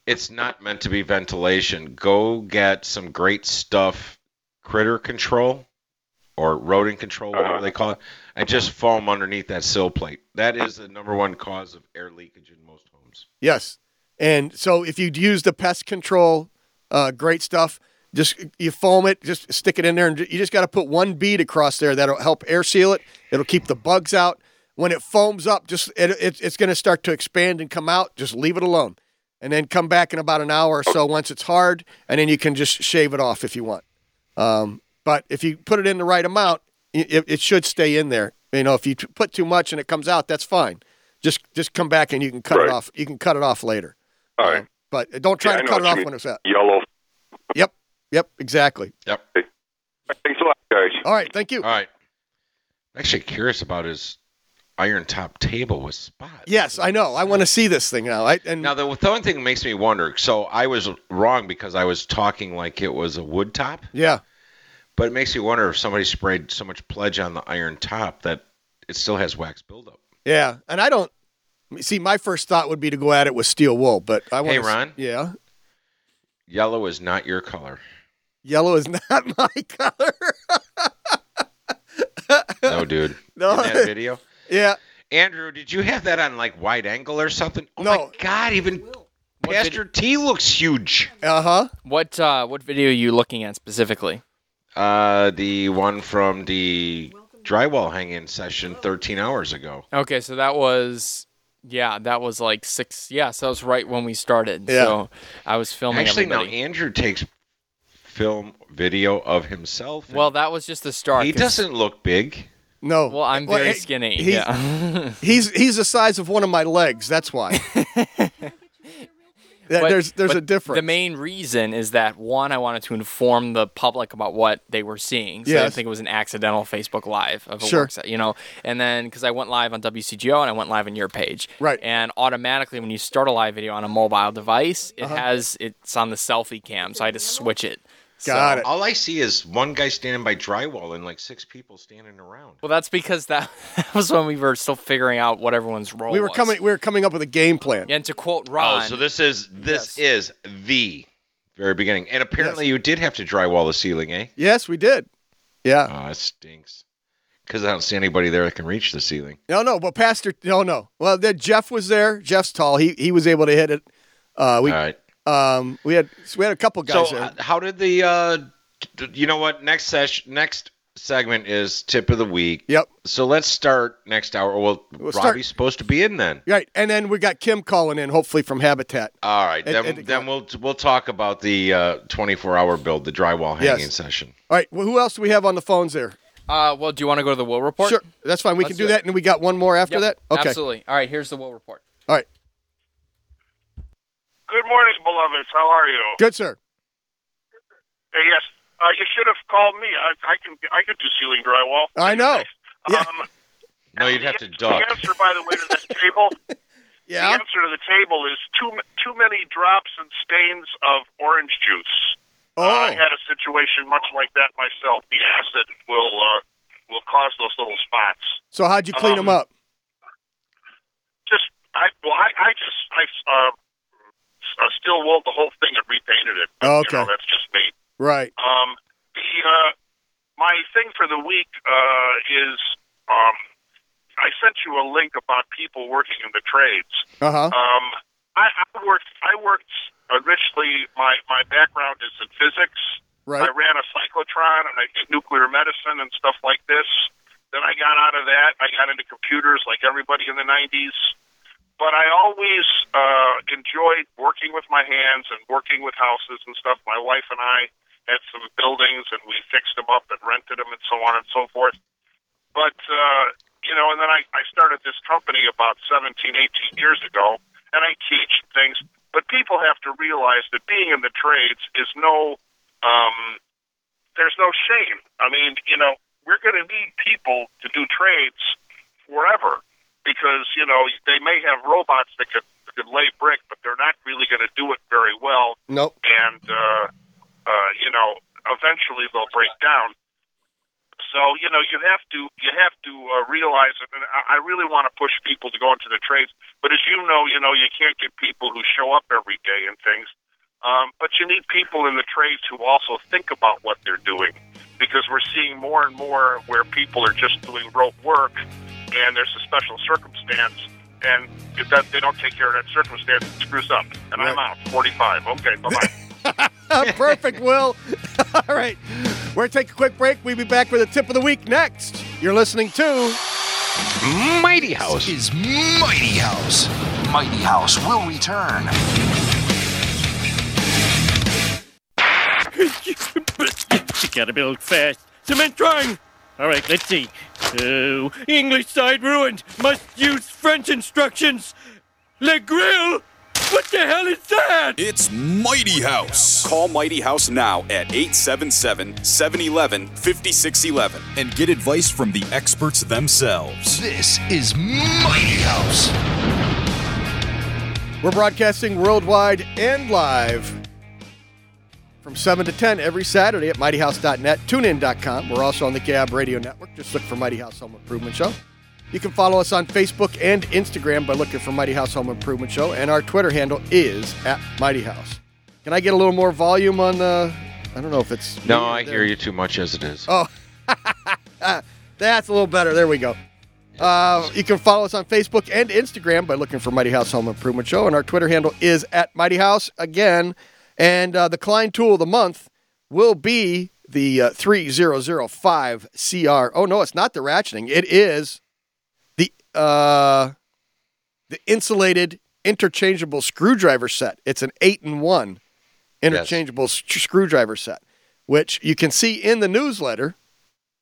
Speaker 3: it's not meant to be ventilation. Go get some great stuff, critter control or rodent control, whatever they call it, and just foam underneath that sill plate. That is the number one cause of air leakage in most homes.
Speaker 1: Yes. And so if you'd use the pest control, uh, great stuff. Just you foam it, just stick it in there, and you just got to put one bead across there. That'll help air seal it. It'll keep the bugs out. When it foams up, just it, it, it's going to start to expand and come out. Just leave it alone, and then come back in about an hour or so once it's hard, and then you can just shave it off if you want. Um, but if you put it in the right amount, i- it, it should stay in there. You know, if you t- put too much and it comes out, that's fine. Just just come back and you can cut it off. You can cut it off later. Um,
Speaker 12: All right.
Speaker 1: But don't try
Speaker 12: Yeah, I
Speaker 1: to
Speaker 12: know
Speaker 1: cut it
Speaker 12: what you
Speaker 1: off
Speaker 12: mean.
Speaker 1: when it's out.
Speaker 12: Yellow.
Speaker 1: Yep. Yep. Exactly.
Speaker 3: Yep.
Speaker 12: Thanks a lot, guys.
Speaker 1: All right. Thank you.
Speaker 3: All right. I'm actually curious about his iron top table with spots.
Speaker 1: Yes, I know. I want to see this thing now. I and
Speaker 3: Now, the, the one thing that makes me wonder so I was wrong because I was talking like it was a wood top,
Speaker 1: yeah.
Speaker 3: but it makes me wonder if somebody sprayed so much pledge on the iron top that it still has wax buildup.
Speaker 1: Yeah. And I don't see my first thought would be to go at it with steel wool, but I want
Speaker 3: Hey, Ron.
Speaker 1: yeah.
Speaker 3: Yellow is not your color.
Speaker 1: Yellow is not my color.
Speaker 3: No, dude.
Speaker 1: No.
Speaker 3: In that video.
Speaker 1: yeah.
Speaker 3: Andrew, did you have that on like wide angle or something? Oh
Speaker 1: No.
Speaker 3: my God, even Pastor T looks huge.
Speaker 1: Uh-huh.
Speaker 2: What uh, what video are you looking at specifically?
Speaker 3: Uh, the one from the drywall hang-in session 13 hours ago.
Speaker 2: Okay, so that was yeah, that was like six. Yeah, so that was right when we started.
Speaker 3: Yeah.
Speaker 2: So I was filming.
Speaker 3: Actually,
Speaker 2: everybody.
Speaker 3: no. Andrew takes film video of himself.
Speaker 2: Well, that was just the start.
Speaker 3: he
Speaker 2: 'cause-
Speaker 3: doesn't look big.
Speaker 1: No.
Speaker 2: Well, I'm
Speaker 1: Well,
Speaker 2: very
Speaker 1: it-
Speaker 2: skinny.
Speaker 1: he's-
Speaker 2: yeah.
Speaker 1: He's he's the size of one of my legs. That's why. Yeah,
Speaker 2: But-
Speaker 1: there's there's
Speaker 2: but
Speaker 1: a difference.
Speaker 2: The main reason is that one, I wanted to inform the public about what they were seeing. So I
Speaker 1: Yes.
Speaker 2: didn't think it was an accidental Facebook Live of a
Speaker 1: Sure.
Speaker 2: work set, you know. And then because I went live on WCGO and I went live on your page,
Speaker 1: Right.
Speaker 2: And automatically, when you start a live video on a mobile device,
Speaker 1: Uh-huh.
Speaker 2: it has it's on the selfie cam, so I had to switch it.
Speaker 1: Got
Speaker 2: So-
Speaker 1: it.
Speaker 3: All I see is one guy standing by drywall and like six people standing around.
Speaker 2: Well, that's because that, that was when we were still figuring out what everyone's role.
Speaker 1: we were
Speaker 2: was.
Speaker 1: coming we were coming up with a game plan.
Speaker 2: And to quote Ron,
Speaker 3: Oh, so this is this is the very beginning. And apparently, you did have to drywall the ceiling, eh?
Speaker 1: Yes, we did. Yeah.
Speaker 2: Uh-huh.
Speaker 3: Oh, that stinks. Because I don't see anybody there that can reach the ceiling.
Speaker 1: No, no, but Pastor, no, no. Well, then Jeff was there. Jeff's tall. He he was able to hit it. Uh, we
Speaker 3: All right.
Speaker 2: Uh-huh.
Speaker 1: um we had so we had a couple
Speaker 3: So,
Speaker 1: guys there.
Speaker 3: uh, how did the? Uh, d- you know what? Next session, next segment is tip of the week.
Speaker 1: Yep.
Speaker 3: So let's start next hour. Well, Robbie's
Speaker 1: start-
Speaker 3: supposed to be in then.
Speaker 1: Right, and then we got Kim calling in, hopefully from Habitat.
Speaker 3: All right.
Speaker 1: It-
Speaker 3: Then,
Speaker 1: it-
Speaker 3: then we'll we'll talk about the uh, 24 hour build, the drywall
Speaker 1: Yes.
Speaker 3: hanging session.
Speaker 1: All right, well, who else do we have on the phones there?
Speaker 2: uh, well, do you want to go to the will report?
Speaker 1: Sure, that's fine. We
Speaker 2: Let's
Speaker 1: can do
Speaker 2: do it.
Speaker 1: that, and we got one more after
Speaker 2: Yep,
Speaker 1: that. Okay,
Speaker 2: Absolutely. All right. Here's the will report.
Speaker 1: all right,
Speaker 11: Good morning, beloveds. How are you?
Speaker 1: good sir.
Speaker 11: Uh, yes, uh, you should have called me. I, I can I could do ceiling drywall.
Speaker 1: I know. Yeah,
Speaker 11: Um,
Speaker 3: No, you'd have to
Speaker 11: the
Speaker 3: duck.
Speaker 11: answer, by the way, to this table.
Speaker 1: Yeah.
Speaker 11: The answer to the table is too m- too many drops and stains of orange juice.
Speaker 1: Oh.
Speaker 11: Uh, I had a situation much like that myself. The acid will uh, will cause those little spots.
Speaker 1: so how'd you clean them
Speaker 11: Um,
Speaker 1: up?
Speaker 11: Just I well I, I just I uh, s- uh, still wool the whole thing and repainted it. But,
Speaker 1: Okay.
Speaker 11: you know, that's just me.
Speaker 1: Right.
Speaker 11: Um, the uh, my thing for the week uh, is um, I sent you a link about people working in the trades.
Speaker 1: Uh huh.
Speaker 11: Um, I, I worked. I worked originally. My my background is in physics.
Speaker 1: Right.
Speaker 11: I ran a cyclotron and I did nuclear medicine and stuff like this. Then I got out of that. I got into computers like everybody in the '90s. But I always uh, enjoyed working with my hands and working with houses and stuff. My wife and I had some buildings and we fixed them up and rented them and so on and so forth. But, uh, you know, and then I, I started this company about 17, 18 years ago, and I teach things. But people have to realize that being in the trades is no, um, there's no shame. I mean, you know, we're going to need people to do trades forever because, you know, they may have robots that could, could lay brick, but they're not really going to do it very well
Speaker 1: Nope.
Speaker 11: and uh, uh, you know, eventually they'll break down. So you know, you have to you have to uh, realize it. And I I really want to push people to go into the trades, but as you know, you know, you can't get people who show up every day and things. Um, but you need people in the trades who also think about what they're doing, because we're seeing more and more where people are just doing rote work, and there's a special circumstance, and if that, they don't take care of that circumstance, it screws up, and I'm out. Forty-five. Okay, bye bye.
Speaker 1: Ah, Perfect, Will. All right. We're going to take a quick break. We'll be back with a tip of the week next. You're listening to
Speaker 4: Mighty House is Mighty House. Mighty House will return.
Speaker 8: You gotta build fast. Cement drawing. All right, let's see. Oh, English side ruined. Must use French instructions. Le grill. What the hell is that?
Speaker 7: It's Mighty House. Call Mighty House now at 877 711 5611 and get advice from the experts themselves.
Speaker 4: This is Mighty House.
Speaker 1: We're broadcasting worldwide and live from 7 to 10 every Saturday at mightyhouse.net, tunein.com. We're also on the Gab Radio Network. Just look for Mighty House Home Improvement Show. You can follow us on Facebook and Instagram by looking for Mighty House Home Improvement Show, and our Twitter handle is at Mighty House. Can I get a little more volume on the? I don't know if it's
Speaker 3: No, I hear you too much as it is.
Speaker 1: Oh, that's a little better. There we go. Uh, you can follow us on Facebook and Instagram by looking for Mighty House Home Improvement Show, and our Twitter handle is at Mighty House again. And uh, the Klein tool of the month will be the uh, 3005 CR. Oh no, it's not the ratcheting. It is the uh, the insulated interchangeable screwdriver set. It's an eight in one interchangeable s- screwdriver set, which you can see in the newsletter.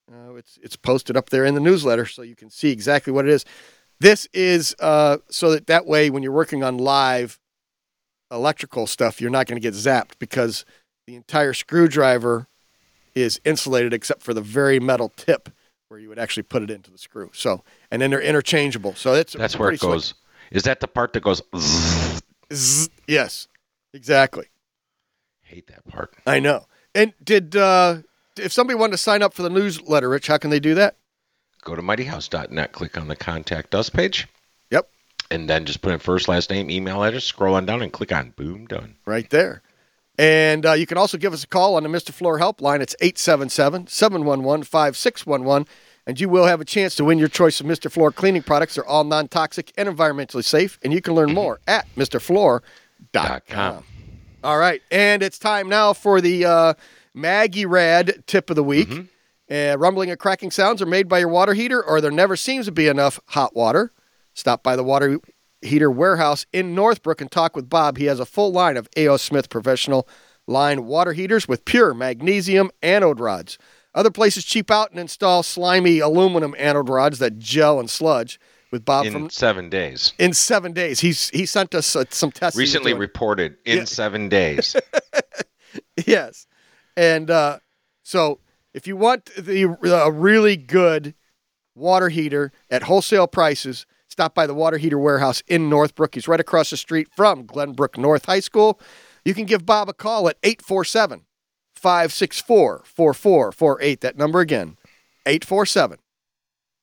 Speaker 1: Uh, it's it's posted up there in the newsletter, so you can see exactly what it is. This is uh, so that that way when you're working on live electrical stuff, you're not going to get zapped because the entire screwdriver is insulated except for the very metal tip where you would actually put it into the screw. So and then they're interchangeable. So it's
Speaker 3: That's where
Speaker 1: pretty
Speaker 3: it
Speaker 1: slick.
Speaker 3: goes. Is that the part that goes? Zzz?
Speaker 1: Zzz. Yes, exactly.
Speaker 3: Hate that part.
Speaker 1: I know. And did uh, if somebody wanted to sign up for the newsletter, Rich, how can they do that?
Speaker 3: Go to mightyhouse.net, click on the contact us page.
Speaker 1: Yep.
Speaker 3: And then just put in first, last name, email address, scroll on down and click on boom done.
Speaker 1: Right there. And uh, you can also give us a call on the Mr. Floor helpline. It's 877 711 5611. And you will have a chance to win your choice of Mr. Floor cleaning products. They're all non toxic and environmentally safe. And you can learn more at MrFloor.com.
Speaker 3: Uh,
Speaker 1: All right. And it's time now for the uh, Maggie Rad tip of the week.
Speaker 3: Mm-hmm.
Speaker 1: Uh, rumbling and cracking sounds are made by your water heater, or there never seems to be enough hot water. Stop by the water heater warehouse in Northbrook and talk with Bob. He has a full line of A.O. Smith professional line water heaters with pure magnesium anode rods. Other places cheap out and install slimy aluminum anode rods that gel and sludge. With Bob
Speaker 3: In
Speaker 1: from
Speaker 3: seven days.
Speaker 1: in seven days, he's he sent us uh, some tests. he was
Speaker 3: Recently
Speaker 1: doing.
Speaker 3: reported in seven days.
Speaker 1: Yes. And uh, so if you want the a really good water heater at wholesale prices, stop by the Water Heater Warehouse in Northbrook. He's right across the street from Glenbrook North High School. You can give Bob a call at 847 564 4448. That number again, 847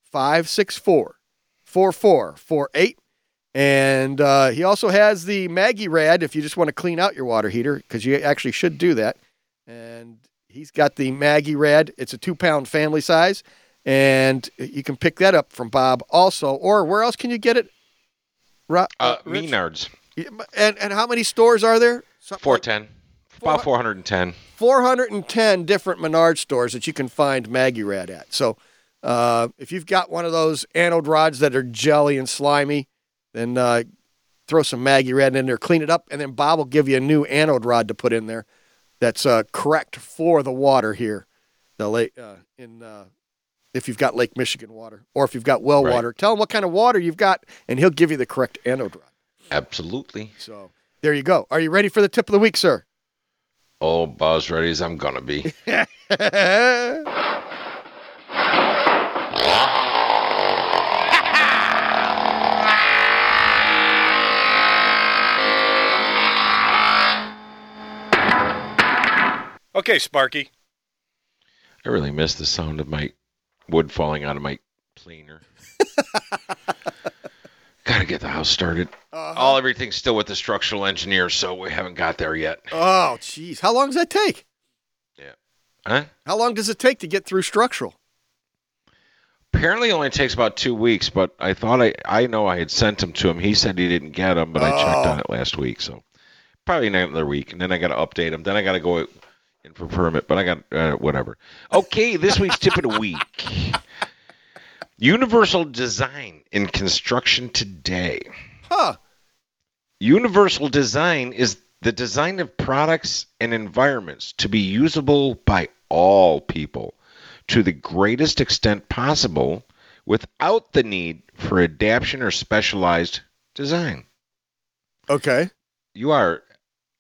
Speaker 1: 564 4448. And uh, he also has the Maggie Rad if you just want to clean out your water heater, because you actually should do that. And he's got the Maggie Rad. It's a two pound family size. And you can pick that up from Bob also. Or where else can you get it? Ro-
Speaker 3: Uh,
Speaker 1: Rich?
Speaker 3: Menards,
Speaker 1: And, and how many stores are there? Something
Speaker 3: 410. About 410.
Speaker 1: 410 different Menard stores that you can find Maggie Rad at. So uh, if you've got one of those anode rods that are jelly and slimy, then uh, throw some Maggie Rad in there, clean it up, and then Bob will give you a new anode rod to put in there that's uh, correct for the water here. The lake, uh, in uh, if you've got Lake Michigan water or if you've got well
Speaker 3: Right.
Speaker 1: water, tell him what kind of water you've got, and he'll give you the correct anode rod.
Speaker 3: Absolutely.
Speaker 1: So there you go. Are you ready for the tip of the week, sir?
Speaker 3: Oh, Buzz ready as I'm going to be.
Speaker 13: Okay, Sparky.
Speaker 3: I really miss the sound of my wood falling out of my planer. Gotta get the house started.
Speaker 1: Uh-huh.
Speaker 3: All everything's still with the structural engineer, so we haven't got there yet.
Speaker 1: Oh, jeez. How long does that take?
Speaker 3: Huh?
Speaker 1: How long does it take to get through structural?
Speaker 3: Apparently, it only takes about two weeks. But I thought I I know I had sent them to him. He said he didn't get them, but I checked on it last week, so probably another week. And then I got to update them. Then I got to go in for permit. But I got uh, whatever. Okay, this week's tip of the week. Universal Design in construction today.
Speaker 1: Huh.
Speaker 3: Universal design is the design of products and environments to be usable by all people to the greatest extent possible without the need for adaptation or specialized design.
Speaker 1: Okay.
Speaker 3: You are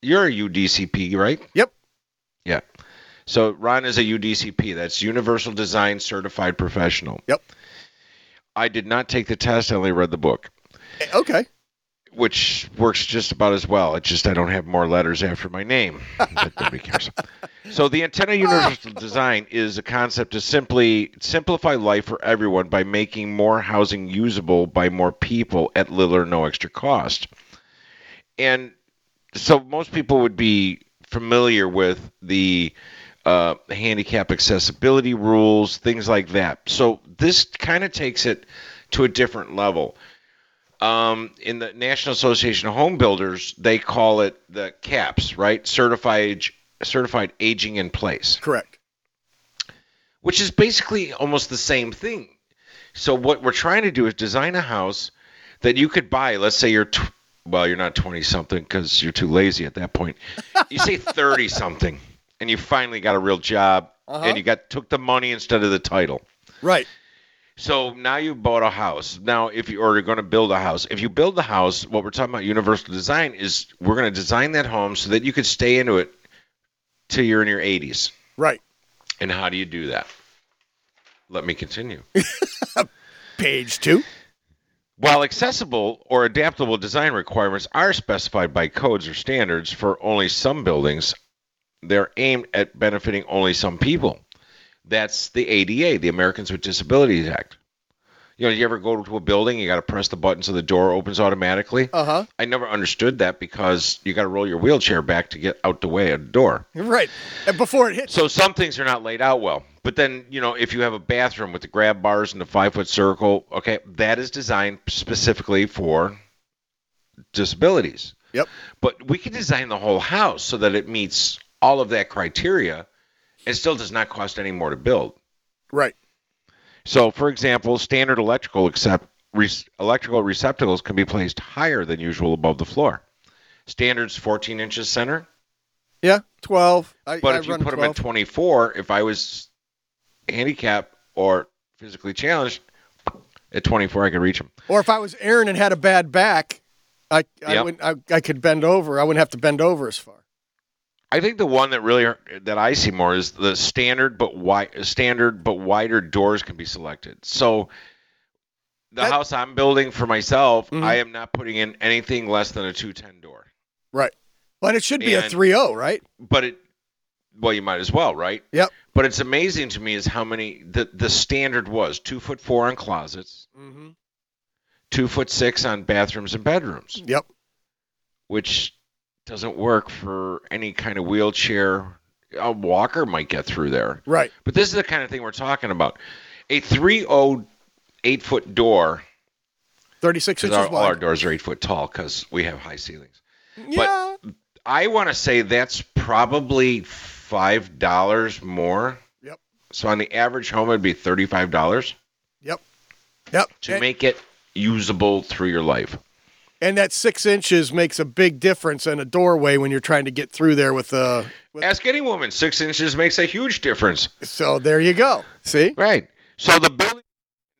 Speaker 3: you're a UDCP, right?
Speaker 1: Yep.
Speaker 3: Yeah. So Ron is a UDCP. That's Universal Design Certified Professional.
Speaker 1: Yep.
Speaker 3: I did not take the test, I only read the book
Speaker 1: Okay.
Speaker 3: which works just about as well. It's just I don't have more letters after my name, but nobody cares. So the antenna universal design is a concept to simply simplify life for everyone by making more housing usable by more people at little or no extra cost. And so most people would be familiar with the uh, handicap accessibility rules, things like that. So this kind of takes it to a different level um, in the National Association of Home Builders, they call it the CAPS, right? Certified Certified Aging in Place,
Speaker 1: Correct.
Speaker 3: which is basically almost the same thing. So what we're trying to do is design a house that you could buy. Let's say you're, tw- well, you're not twenty something because you're too lazy at that point. You say thirty something, and you finally got a real job,
Speaker 1: Uh-huh.
Speaker 3: and you got took the money instead of the title.
Speaker 1: Right.
Speaker 3: So now you bought a house. Now, if you or you're going to build a house, if you build the house, what we're talking about universal design is we're going to design that home so that you could stay into it till you're in your 80s.
Speaker 1: Right.
Speaker 3: And how do you do that? Let me continue.
Speaker 1: Page two.
Speaker 3: While accessible or adaptable design requirements are specified by codes or standards for only some buildings, they're aimed at benefiting only some people. That's the ADA, the Americans with Disabilities Act. You know, you ever go to a building, you got to press the button so the door opens automatically?
Speaker 1: Uh huh.
Speaker 3: I never understood that because you got to roll your wheelchair back to get out the way of the door.
Speaker 1: Right. And before it hits.
Speaker 3: So some things are not laid out well. But then, you know, if you have a bathroom with the grab bars and the five foot circle, okay, that is designed specifically for disabilities.
Speaker 1: Yep.
Speaker 3: But we can design the whole house so that it meets all of that criteria and still does not cost any more to build.
Speaker 1: Right.
Speaker 3: So, for example, standard electrical accept, re, electrical receptacles can be placed higher than usual above the floor. Standards 14 inches center.
Speaker 1: Yeah. Twelve. I,
Speaker 3: But
Speaker 1: I
Speaker 3: if you
Speaker 1: run
Speaker 3: put them
Speaker 1: 12.
Speaker 3: at 24, if I was handicapped or physically challenged, at 24 I could reach them.
Speaker 1: Or if I was Aaron and had a bad back, I I,
Speaker 3: Yep.
Speaker 1: wouldn't, I I could bend over. I wouldn't have to bend over as far.
Speaker 3: I think the one that really that I see more is the standard but wide standard but wider doors can be selected. So the house I'm building for myself,
Speaker 1: Mm-hmm.
Speaker 3: I am not putting in anything less than a 210 door.
Speaker 1: Right. Well, and it should be a
Speaker 3: And-
Speaker 1: 3-0, right?
Speaker 3: but it well you might as well right
Speaker 1: yep
Speaker 3: but it's amazing to me is how many the the standard was two foot four on closets
Speaker 1: Mhm.
Speaker 3: two foot six on bathrooms and bedrooms
Speaker 1: yep
Speaker 3: which doesn't work for any kind of wheelchair a walker might get through there
Speaker 1: Right.
Speaker 3: but this is the kind of thing we're talking about a 308 foot door
Speaker 1: 36
Speaker 3: 'cause
Speaker 1: inches
Speaker 3: our, all our
Speaker 1: wide.
Speaker 3: doors are eight foot tall because we have high ceilings
Speaker 1: yeah.
Speaker 3: but I want to say that's probably five dollars more.
Speaker 1: Yep.
Speaker 3: So on the average home, it'd be thirty-five dollars
Speaker 1: Yep. Yep.
Speaker 3: to make it usable through your life.
Speaker 1: And that 6 inches makes a big difference in a doorway when you're trying to get through there with uh, a
Speaker 3: Ask any woman; six inches makes a huge difference.
Speaker 1: So there you go. See?
Speaker 3: Right. So the building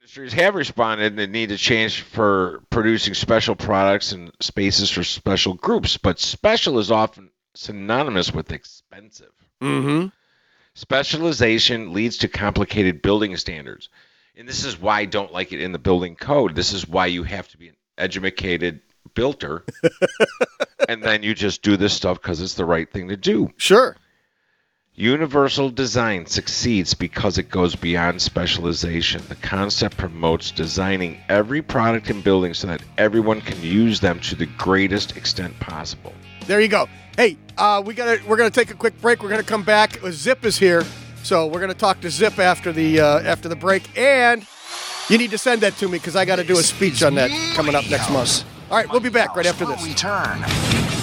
Speaker 3: industries have responded and need to change for producing special products and spaces for special groups, but special is often synonymous with expensive.
Speaker 1: Mhm.
Speaker 3: Specialization leads to complicated building standards. And this is why I don't like it in the building code. This is why you have to be an educated builder. and then you just do this stuff because it's the right thing to do.
Speaker 1: Sure.
Speaker 3: Universal design succeeds because it goes beyond specialization. The concept promotes designing every product and building so that everyone can use them to the greatest extent possible.
Speaker 1: There you go. Hey, uh, we gotta we're gonna take a quick break. We're gonna come back. Uh, Zip is here, so we're gonna talk to Zip after the uh, after the break. And you need to send that to me because I got to do a speech on that coming up next month. All right, we'll be back right after this.
Speaker 4: Return.